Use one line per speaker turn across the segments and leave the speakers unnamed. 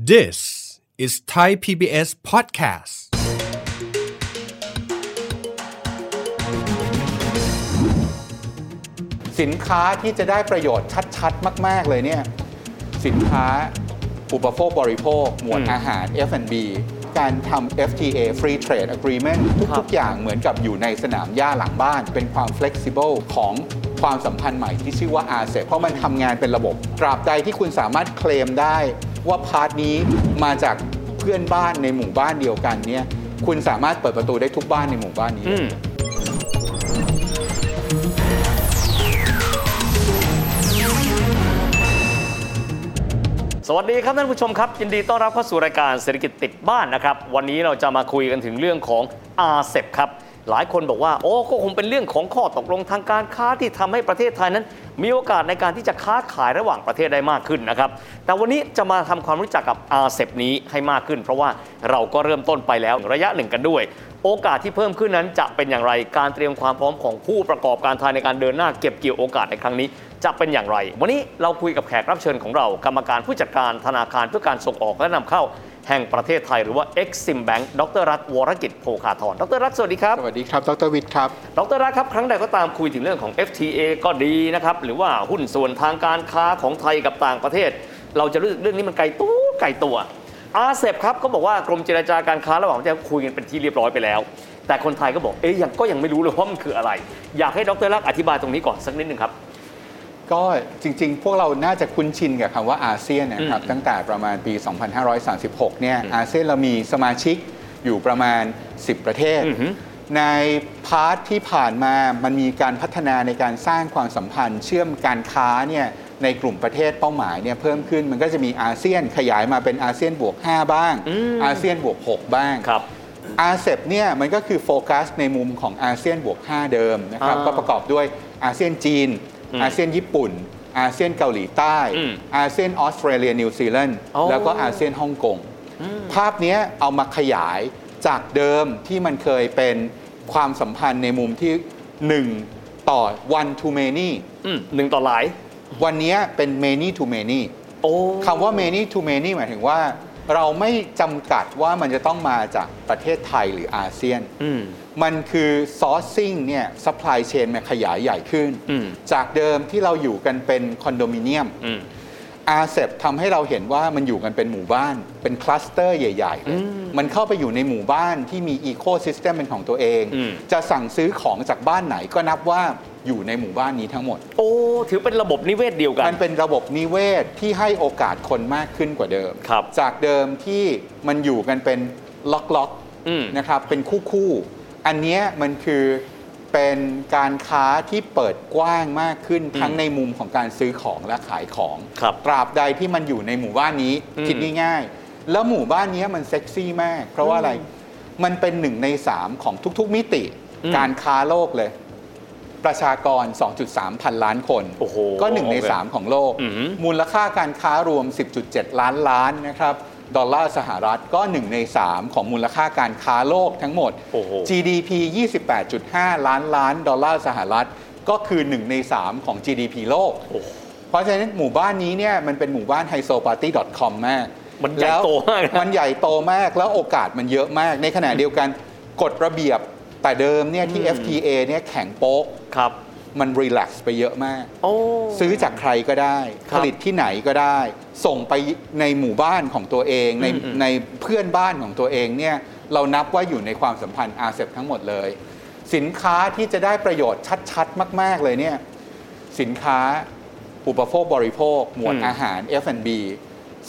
This is Thai PBS podcast.
สินค้าที่จะได้ประโยชน์ชัดๆ มาก ๆ เลยเนี่ย สินค้าอุปโภคบริโภค หมวดอาหาร F&B การทำ FTA Free Trade Agreement ทุก ๆ อย่างเหมือนกับอยู่ในสนามหญ้าหลังบ้าน เป็นความ flexible ของความสัมพันธ์ใหม่ที่ชื่อว่า RCEP เพราะมันทำงานเป็นระบบ ตราบใดที่คุณสามารถเคลมได้ว่าพาร์ทนี้มาจากเพื่อนบ้านในหมู่บ้านเดียวกันเนี่ยคุณสามารถเปิดประตูได้ทุกบ้านในหมู่บ้านนี้เลย
สวัสดีครับท่านผู้ชมครับ ยินดีต้อนรับเข้าสู่รายการเศรษฐกิจติดบ้านนะครับ วันนี้เราจะมาคุยกันถึงเรื่องของ RCEP ครับ หลายคนบอกว่า โอ้ก็คงเป็นเรื่องของข้อตกลงทางการค้าที่ทำให้ประเทศไทยนั้น มีโอกาสในการที่จะค้าขายระหว่างประเทศได้มากขึ้นนะครับ แต่วันนี้จะมาทำความรู้จักกับ RCEP นี้ให้มากขึ้น เพราะว่าเราก็เริ่มต้นไปแล้วระยะหนึ่งกันด้วย โอกาสที่เพิ่มขึ้นนั้นจะเป็นอย่างไรการเตรียมความพร้อมของผู้ประกอบการไทยในการเดินหน้าเก็บเกี่ยวโอกาสในครั้งนี้ จะเป็นอย่างไร วันนี้เราคุยกับแขกรับเชิญของเรา กรรมการผู้จัดการธนาคารเพื่อการส่งออกและนำเข้า แห่งประเทศไทยหรือว่า Exim Bank ดรรัตน์วรกิจโพคาธรดรรัตน์สวัสดีครับ
สวัสดีครับ ดรวิทย์ครับ
ดรรักครับครั้งใดก็ตามคุยถึงเรื่องของ FTA ก็ดีนะครับ หรือว่าหุ้นส่วนทางการค้าของไทยกับต่างประเทศ เราจะรู้สึกเรื่องนี้มันไกลตู้ไกลตัวอาเซบครับก็บอกว่ากรมเจรจาการค้าระหว่างประเทศคุยกันเป็นที่เรียบร้อยไปแล้ว แต่คนไทยก็บอกเอ๊ยยังก็ยังไม่รู้เลยว่ามันคืออะไร อยากให้ดรรักอธิบายตรงนี้ก่อนสักนิดหนึ่งครับ
ก็จริงๆ พวกเราน่าจะคุ้นชินกับคำว่าอาเซียนนะครับ ตั้งแต่ประมาณปี 2536 เนี่ยอาเซียนเรามีสมาชิกอยู่ประมาณ 10 ประเทศ
อือหือ
ในพาร์ทที่ผ่านมามันมีการพัฒนาในการสร้างความสัมพันธ์ เชื่อมการค้าเนี่ยในกลุ่มประเทศเป้าหมายเนี่ยเพิ่มขึ้นมันก็จะมีอาเซียนขยายมาเป็นอาเซียนบวก 5 บ้าง อาเซียนบวก 6 บ้าง
ครับ
อาเซบเนี่ยมันก็คือโฟกัสในมุมของอาเซียนบวก 5 เดิมนะครับ
อ่า
ก็ประกอบด้วยอาเซียนจีน
อืม
อาเซียนญี่ปุ่น อาเซียนเกาหลีใต้
อืม
อาเซียนออสเตรเลียนิวซีแลนด์
อ๋อ
แล้วก็อาเซียนฮ่องกงภาพเนี้ยเอามาขยายจากเดิมที่มันเคยเป็นความสัมพันธ์ในมุมที่ 1 ต่อ one to many
ืมหนึ่งต่อหลาย
วันเนี้ยเป็น many to many
โอ้
คำว่า many to many หมายถึงว่า เราไม่จำกัดว่ามันจะต้องมาจากประเทศไทยหรืออาเซียน
อืม
มันคือ sourcing เนี่ย supply chain มันขยายใหญ่ขึ้น
อืม
จากเดิมที่เราอยู่กันเป็นคอนโดมิเนียม
อืม
อาเซบทำให้เราเห็นว่ามันอยู่กันเป็นหมู่บ้าน เป็นคลัสเตอร์ใหญ่ๆเลย
อืม
มันเข้าไปอยู่ในหมู่บ้านที่มีอีโคซิสเต็มเป็นของตัวเอง
อืม
จะสั่งซื้อของจากบ้านไหนก็นับว่าอยู่ในหมู่บ้านนี้ทั้งหมด
โอ้ถือเป็นระบบนิเวศเดียวกัน
มันเป็นระบบนิเวศที่ให้โอกาสคนมากขึ้นกว่าเดิม
ครับ
จากเดิมที่มันอยู่กันเป็นล็อกล็อกๆ
อืม
นะครับ เป็นคู่คู่ๆอันเนี้ยมันคือเป็นการค้าที่เปิดกว้างมากขึ้นทั้งในมุมของการซื้อของและขายของ
ครับ
ตราบใดที่มันอยู่ในหมู่บ้านนี้
อืม
คิดง่ายๆ แล้วหมู่บ้านเนี้ยมันเซ็กซี่มาก เพราะว่าอะไร มันเป็นหนึ่งในสามของทุกๆมิติ
อืม
การค้าโลกเลย ประชากร 2.3 พันล้านคน
โอ้โห
ก็หนึ่งใน
โอเค
3 ของโลก
อือหือ
มูลค่าการค้ารวม 10.7 ล้านล้านนะครับ ดอลลาร์สหรัฐก็ 1 ใน 3 ของมูลค่าการค้าโลกทั้งหมด
โอ้โห
GDP 28.5 ล้านล้าน ดอลลาร์สหรัฐ ก็คือ 1 ใน 3 ของ GDP โลก
โอ้โห
เพราะฉะนั้นหมู่บ้านนี้เนี่ยมันเป็นหมู่บ้านไฮโซปาร์ตี้ .com มาก
มันใหญ่โตมากนะ
แล้วมันใหญ่โตมากแล้วโอกาสมันเยอะมาก ในขณะเดียวกันกฎระเบียบแต่เดิมเนี่ยที่
อืม
FTA เนี่ยแข็งโป๊ก
ครับ
มันรีแลกซ์ไปเยอะมาก
โอ้
ซื้อจากใครก็ได้
ค
ผ
รับ
ลิตที่ไหนก็ได้ ส่งไปในหมู่บ้านของตัวเอง ใน
อืมอืม
ในเพื่อนบ้านของตัวเองเนี่ยเรานับว่าอยู่ในความสัมพันธ์อาเซบทั้งหมดเลย สินค้าที่จะได้ประโยชน์ชัดๆ มาก ๆ เลยเนี่ยสินค้าอุปโภคบริโภค หมวดอาหาร F&B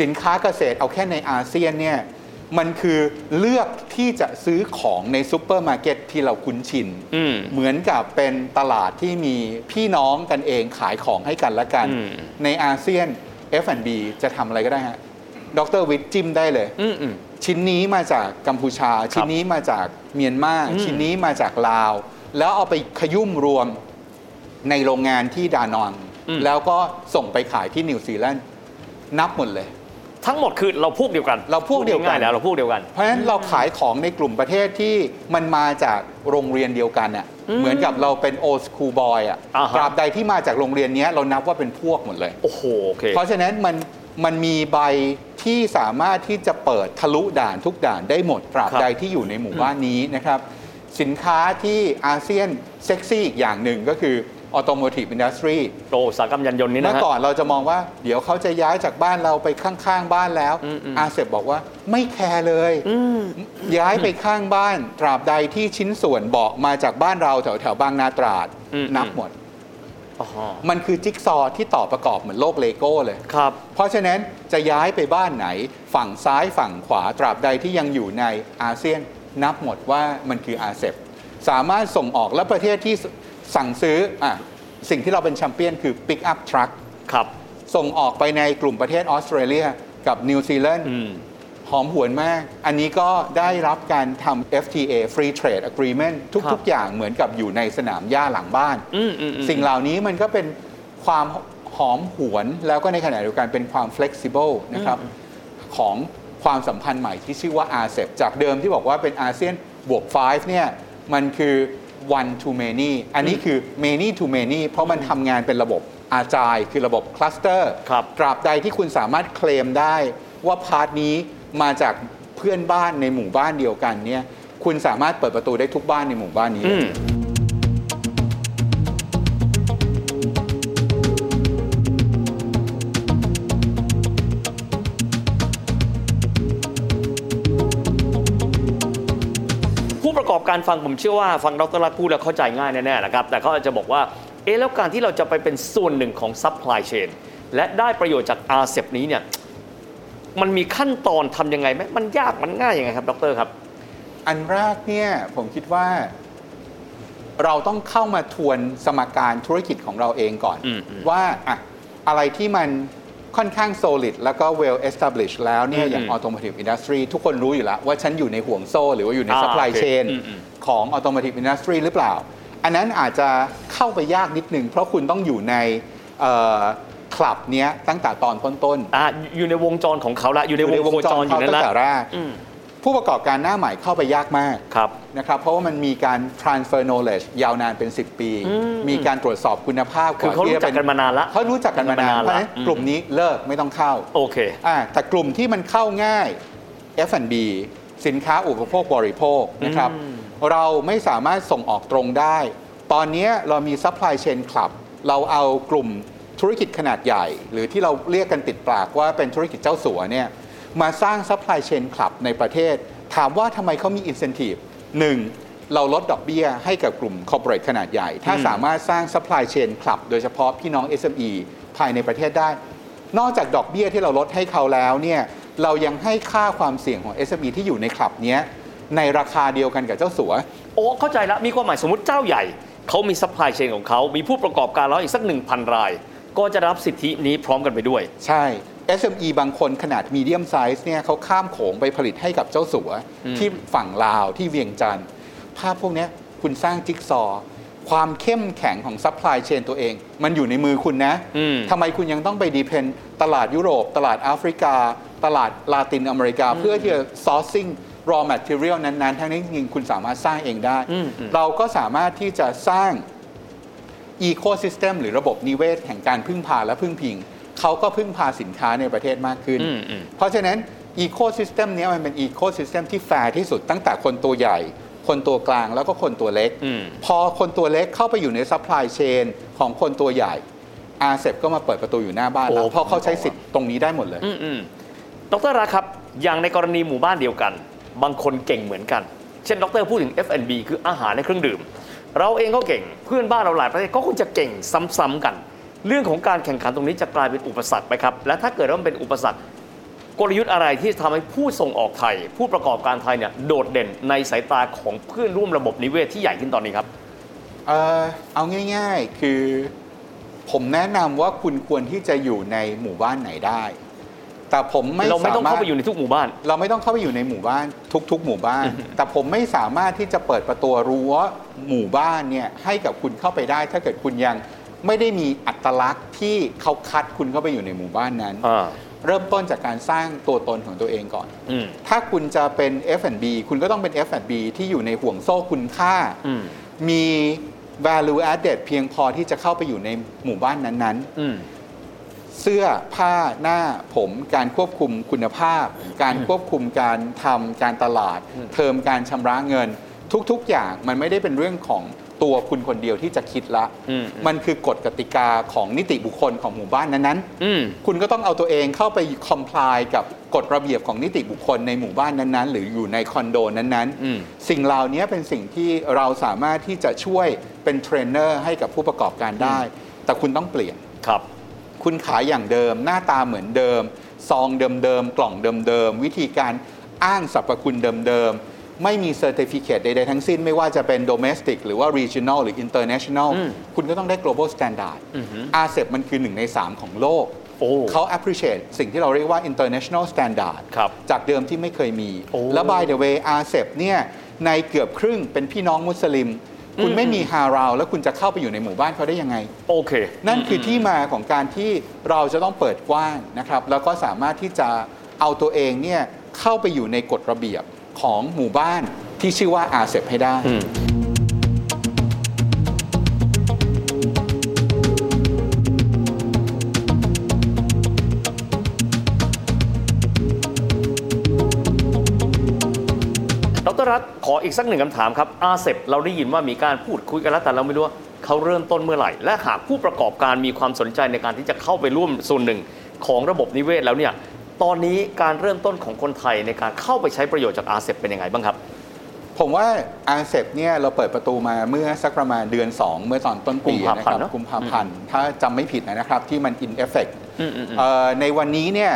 สินค้าเกษตรเอาแค่ในอาเซียนเนี่ยมันคือเลือกที่จะซื้อของในซูเปอร์มาร์เก็ตที่เราคุ้นชิน
อืม
เหมือนกับเป็นตลาดที่มีพี่น้องกันเองขายของให้กันและกัน
อืม
ในอาเซียน F&B จะทำอะไรก็ได้ฮะดรวิทย์จิ้มได้เลย
อืมอืม
ชิ้นนี้มาจากกัมพูชา ชิ้นนี้มาจากเมียนมา
อืม
ชิ้นนี้มาจากลาว แล้วเอาไปขยุ่มรวมในโรงงานที่ดานองแล้วก็ส่งไปขายที่นิวซีแลนด์นับหมดเลย
ทั้งหมดคือเราพวกเดียวกัน
เราพวกเดียวกัน
ง่ายๆแล้วเราพวกเดียวกัน
เพราะฉะนั้นเราขายของในกลุ่มประเทศที่มันมาจากโรงเรียนเดียวกันน่ะเหมือนกับเราเป็นโอสคูบอยอ่ะ
อ่าฮะ
ตราบใดที่มาจากโรงเรียนเนี้ยเรานับว่าเป็นพวกหมดเลย
โอ้โห โอเค
เพราะฉะนั้นมัน มันมีใบที่สามารถที่จะเปิดทะลุด่านทุกด่านได้หมดตราบ
ครับ
ใดที่อยู่ในหมู่บ้านนี้นะครับ สินค้าที่อาเซียนเซ็กซี่อีกอย่างหนึ่งก็คือ automotive industry
โตอุตสาหกรรมยานยนต์นี่นะ
เมื่อ
ฮะ
ก่อนเราจะมองว่า เดี๋ยวเขาจะย้ายจากบ้านเราไปข้าง ๆ บ้านแล้ว
อืมอืม
อาเซบบอกว่าไม่แคร์เลย ย้ายไปข้างบ้าน ตราบใดที่ชิ้นส่วนเบาะมาจากบ้านเราแถวแถวๆบางนาตราด
อืม
นับหมด
อ๋อ
มันคือจิ๊กซอว์ที่ต่อประกอบเหมือนโลกเลโก้เลย
ครับ
เพราะฉะนั้นจะย้ายไปบ้านไหน ฝั่งซ้ายฝั่งขวาตราบใดที่ยังอยู่ในอาเซียน นับหมดว่ามันคืออาเซบสามารถส่งออกและประเทศที่สั่งซื้ออ่ะสิ่งที่เราเป็นแชมเปี้ยนคือ Pick Up Truck
ครับ
ส่งออกไปในกลุ่มประเทศออสเตรเลียกับนิวซีแลนด์
อืม
หอมหวนมาก อันนี้ก็ได้รับการทำ FTA Free Trade Agreement
ครั
ทุ
บ
ก ๆ อย่างเหมือนกับอยู่ในสนามหญ้าหลังบ้าน
อืมอืมอืม
สิ่งเหล่านี้มันก็เป็นความหอมหวนแล้วก็ในขณะเดียวกันเป็นความ flexible นะครับ ของความสัมพันธ์ใหม่ที่ชื่อว่า RCEP จากเดิมที่บอกว่าเป็นอาเซียนบวก 5 เนี่ย มันคือ one to many อันนี้คือ many to many เพราะมันทำงานเป็นระบบอาจายคือระบบคลัสเตอร์
ครับ
ตราบใดที่คุณสามารถเคลมได้ว่าพาร์ทนี้มาจากเพื่อนบ้านในหมู่บ้านเดียวกันเนี่ยคุณสามารถเปิดประตูได้ทุกบ้านในหมู่บ้านนี้เลย
อืมผู้ประกอบการฟังผมเชื่อว่าฟังดรรักษณ์พูดแล้วเข้าใจง่ายแน่ๆนะครับ แต่เขาอาจจะบอกว่า เอ๊ะแล้วการที่เราจะไปเป็นส่วนหนึ่งของซัพพลายเชนและได้ประโยชน์จากอาเซนี้เนี่ย มันมีขั้นตอนทำยังไงไหมมันยากมันง่ายยังไงครับดรครับ
อันแรกเนี่ยผมคิดว่าเราต้องเข้ามาทวนสมการธุรกิจของเราเองก่อน
อืมอืม
ว่าอะอะไรที่มันค่อนข้าง solid แล้วก็ well established แล้วเนี่ย
อืม
อย่าง
อืม
automotive industry ทุกคนรู้อยู่แล้ว ว่าฉันอยู่ในห่วงโซ่ หรือว่าอยู่ใน
อ่า
supply
โอเค
chain
อืมอืม
ของ automotive industry หรือเปล่า อันนั้นอาจจะเข้าไปยากนิดนึง เพราะคุณต้องอยู่ในคลับเนี้ยตั้งแต่ตอนต้นๆ
อ่ะอยู่ในวงจรของเขาละอยู่ในวงโคจรอยู่
เข้า
นั่น
ตั้งแต่
ละ
แรก
อืม
ผู้ประกอบการหน้าใหม่เข้าไปยากมาก
ครับ
นะครับเพราะว่ามันมีการ transfer knowledge ยาวนานเป็น 10 ปี
อืม
มีการตรวจสอบคุณภาพ
คือเขารู้จักกันมานานละ
เขารู้จักกันมานานเพราะฉะนั้น
อืม
กลุ่มนี้เลิกไม่ต้องเข้า
โอเค
อ่าแต่กลุ่มที่มันเข้าง่าย F&B สินค้าอุปโภคบริโภคนะครับ
อืม
เราไม่สามารถส่งออกตรงได้ ตอนนี้เรามี supply chain club เราเอากลุ่มธุรกิจขนาดใหญ่ หรือที่เราเรียกกันติดปากว่าเป็นธุรกิจเจ้าสัวเนี่ยมาสร้าง supply chain club ในประเทศ ถามว่าทำไมเขามี incentive หนึ่งเราลดดอกเบี้ยให้กับกลุ่ม corporate ขนาดใหญ่ ถ้าสามารถสร้าง supply chain club โดยเฉพาะพี่น้อง SME ภายในประเทศได้ นอกจากดอกเบี้ยที่เราลดให้เขาแล้วเนี่ยเรายังให้ค่าความเสี่ยงของ SME ที่อยู่ในคลับเนี้ยในราคาเดียวกันกับเจ้าสัว
โอ้เข้าใจละมีความหมายสมมติเจ้าใหญ่ เขามีซัพพลายเชนของเขา มีผู้ประกอบการแล้วอีกสัก 1,000 ราย ก็จะรับสิทธินี้พร้อมกันไปด้วย
ใช่ SME บางคนขนาดมีเดียมไซส์เนี่ยเขาข้ามโขงไปผลิตให้กับเจ้าสัว ที่ฝั่งลาวที่เวียงจันทร์ภาพพวกเนี้ยคุณสร้างจิ๊กซอว์ความเข้มแข็งของซัพพลายเชนตัวเอง มันอยู่ในมือคุณนะ
อืม
ทำไมคุณยังต้องไปดีเพนตลาดยุโรป ตลาดแอฟริกา ตลาดลาตินอเมริกา เพื่อที่จะ sourcing raw material นั้นๆ ทั้งนี้จริงๆคุณสามารถสร้างเองได้
อืมอืม
เราก็สามารถที่จะสร้าง อีโคซิสเต็มหรือระบบนิเวศแห่งการพึ่งพาและพึ่งพิง เขาก็พึ่งพาสินค้าในประเทศมากขึ้น
อืมอืม
เพราะฉะนั้นอีโคซิสเต็มนี้ยมันเป็นอีโคซิสเต็มที่แฟร์ที่สุดตั้งแต่คนตัวใหญ่ คนตัวกลางแล้วก็คนตัวเล็ก
อืม
พอคนตัวเล็กเข้าไปอยู่ในซัพพลายเชนของคนตัวใหญ่อาเซก็มาเปิดประตูอยู่หน้าบ้านเรา
โอ้
เพราะเขาใช้สิทธิ์ตรงนี้ได้หมดเลย
อืมอืมดรราครับ อย่างในกรณีหมู่บ้านเดียวกัน บางคนเก่งเหมือนกัน เช่นดรพูดถึง F&B คืออาหารและเครื่องดื่ม เราเองก็เก่ง เพื่อนบ้านเราหลายประเทศก็คงจะเก่งซ้ำๆกัน เรื่องของการแข่งขันตรงนี้จะกลายเป็นอุปสรรคไหมครับ และถ้าเกิดว่ามันเป็นอุปสรรค กลยุทธ์อะไรที่ทำให้ผู้ส่งออกไทย ผู้ประกอบการไทยเนี่ยโดดเด่นในสายตาของเพื่อนร่วมระบบนิเวศที่ใหญ่ขึ้นตอนนี้ครับ
เอ่อเอาง่ายๆ คือผมแนะนำว่าคุณควรที่จะอยู่ในหมู่บ้านไหนได้ แต่ผมไม่
เราไม่ต้อง
ส
เข้าร
ถ
ไปอยู่ในทุกหมู่บ้าน
เราไม่ต้องเข้าไปอยู่ในหมู่บ้านทุก ๆ หมู่บ้าน แต่ผมไม่สามารถที่จะเปิดประตูรั้วหมู่บ้านเนี่ยให้กับคุณเข้าไปได้ ถ้าเกิดคุณยังไม่ได้มีอัตลักษณ์ที่เขาคัดคุณเข้าไปอยู่ในหมู่บ้านนั้น
อ่า
เริ่มต้นจากการสร้างตัวตนของตัวเองก่อน
อืม
ถ้าคุณจะเป็น F&B คุณก็ต้องเป็น F&B ที่อยู่ในห่วงโซ่คุณค่า
อืม
มี value added เพียงพอที่จะเข้าไปอยู่ในหมู่บ้านนั้น
อืม
ๆ เสื้อผ้าหน้าผมการควบคุมคุณภาพ การควบคุมการทำการตลาด เทอมการชำระเงิน ทุกๆอย่างมันไม่ได้เป็นเรื่องของตัวคุณคนเดียวที่จะคิดละ
อืม
มันคือกฎกติกาของนิติบุคคลของหมู่บ้านนั้นๆ
อืม
คุณก็ต้องเอาตัวเองเข้าไปคอมพลายกับกฎระเบียบของนิติบุคคลในหมู่บ้านนั้นๆ หรืออยู่ในคอนโดนั้น
อืม
ๆ สิ่งเหล่านี้เป็นสิ่งที่เราสามารถที่จะช่วยเป็นเทรนเนอร์ให้กับผู้ประกอบการได้ แต่คุณต้องเปลี่ยน
ครับ
คุณขายอย่างเดิม หน้าตาเหมือนเดิม ซองเดิมๆ กล่องเดิมๆ วิธีการอ้างสรรพคุณเดิมๆ ไม่มีเซอร์ติฟิเคตใดๆทั้งสิ้นไม่ว่าจะเป็น domestic หรือว่า regional หรือ international
อืม
คุณก็ต้องได้ global standard
อือหือ
อาเซมันคือหนึ่งใน 3 ของโลก
โอ้
เขา appreciate สิ่งที่เราเรียกว่า international standard
ครับ
จากเดิมที่ไม่เคยมี
โอ้
และ by the way RCEP เนี่ยในเกือบครึ่งเป็นพี่น้องมุสลิม คุณ
อืม
ไม่มีฮาราวแล้วคุณจะเข้าไปอยู่ในหมู่บ้านเขาได้ยังไง
โอเค
นั่นคือที่มาของการที่เราจะต้องเปิดกว้างนะครับ แล้วก็สามารถที่จะเอาตัวเองเนี่ยเข้าไปอยู่ในกฎระเบียบของหมู่บ้านที่ชื่อว่าอาเซให้ได้
อืม ดรรัตน์ขออีกสักหนึ่งคำถามครับอาเซบเราได้ยินว่ามีการพูดคุยกันแล้วแต่เราไม่รู้ว่าเขาเริ่มต้นเมื่อไหร่ และหากผู้ประกอบการมีความสนใจในการที่จะเข้าไปร่วมส่วนหนึ่งของระบบนิเวศแล้วเนี่ยตอนนี้การเริ่มต้นของคนไทยในการเข้าไปใช้ประโยชน์จากอาเซบเป็นยังไงบ้างครับ
ผมว่าอาเซเนี่ยเราเปิดประตูมาเมื่อสักประมาณเดือน 2 เมื่อตอนต้นปีนะครั
กุมภาพัน
บ
ธ์เนอะ
กุมภาพันธ์ถ้าจำไม่ผิดนะครับที่มันอินเอฟเฟก
อืมอืมอืม
ในวันนี้เนี่ย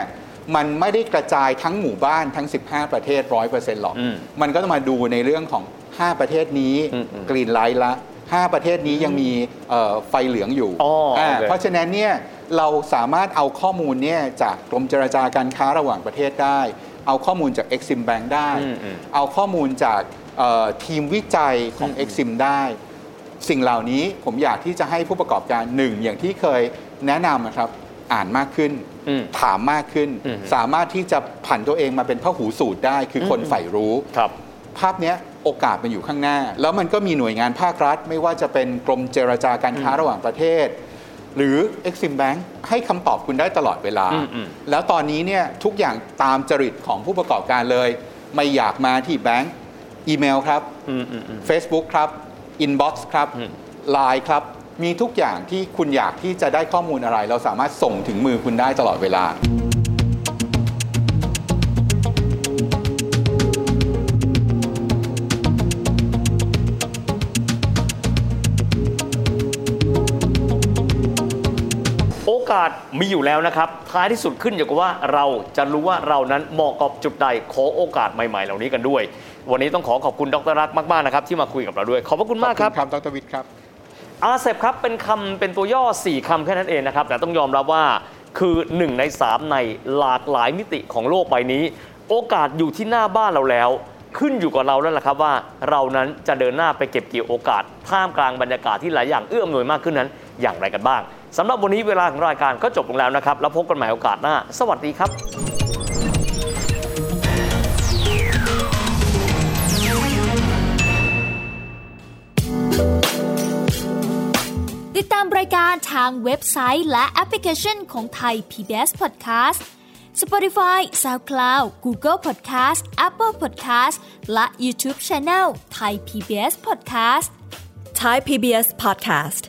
มันไม่ได้กระจายทั้งหมู่บ้านทั้ง 15 ประเทศ 100%หรอก
อืม
มันก็ต้องมาดูในเรื่องของ 5 ประเทศนี้
อืมอืม
กรีนไลท์ละ 5 ประเทศนี้ยังมีเอ่อไฟเหลืองอยู่
อ๋ออ่
า
โอเค
เพราะฉะนั้นเนี่ยเราสามารถเอาข้อมูลเนี่ยจากกรมเจรจาการค้าระหว่างประเทศได้ เอาข้อมูลจาก Exim Bank ได้
อืมอืม
เอาข้อมูลจากเอ่อทีมวิจัยของ Exim ได้ สิ่งเหล่านี้ผมอยากที่จะให้ผู้ประกอบการหนึ่งอย่างที่เคยแนะนำนะครับอ่านมากขึ้น
อืม
ถามมากขึ้น
อืม
สามารถที่จะผันตัวเองมาเป็นพหูสูตรได้ คือคนใฝ่รู้
ครับ
ภาพเนี้ยโอกาสมันอยู่ข้างหน้า แล้วมันก็มีหน่วยงานภาครัฐ ไม่ว่าจะเป็นกรมเจรจาการค้าระหว่างประเทศ หรือ Exim Bank ให้คำตอบคุณได้ตลอดเวลา
อืมอืม
แล้วตอนนี้เนี่ยทุกอย่างตามจริตของผู้ประกอบการเลย ไม่อยากมาที่แบงก์อีเมลครับ
อืมอืมอืม
Facebook ครับ Inbox ครับ
อืม
Line ครับ มีทุกอย่างที่คุณอยากที่จะได้ข้อมูลอะไร เราสามารถส่งถึงมือคุณได้ตลอดเวลา
โอกาสมีอยู่แล้วนะครับ ท้ายที่สุดขึ้นอยู่กับว่าเราจะรู้ว่าเรานั้นเหมาะกับจุดใดขอโอกาสใหม่ๆ เหล่านี้กันด้วย วันนี้ต้องขอขอบคุณดรรัตน์มากๆนะครับที่มาคุยกับเราด้วย ขอบพระคุณมากครับ
ขอครับดรวิทย์ครับ
อาเซบครับ เป็นคำเป็นตัวย่อ 4 คำแค่นั้นเองนะครับ แต่ต้องยอมรับว่าคือ 1 ใน 3 ในหลากหลายมิติของโลกใบนี้ โอกาสอยู่ที่หน้าบ้านเราแล้ว ขึ้นอยู่กับเราแล้วล่ะครับว่า เรานั้นจะเดินหน้าไปเก็บเกี่ยวโอกาส ท่ามกลางบรรยากาศที่หลายอย่างเอื้ออำนวยมากขึ้นนั้น อย่างไรกันบ้างสำหรับวันนี้เวลาของรายการก็จบลงแล้วนะครับ แล้วพบกันใหม่โอกาสหน้า สวัสดีครับ
ติดตามรายการทางเว็บไซต์และแอปพลิเคชันของไทย PBS Podcast Spotify SoundCloud Google Podcast Apple Podcast และ YouTube Channel Thai PBS Podcast
Thai PBS podcast.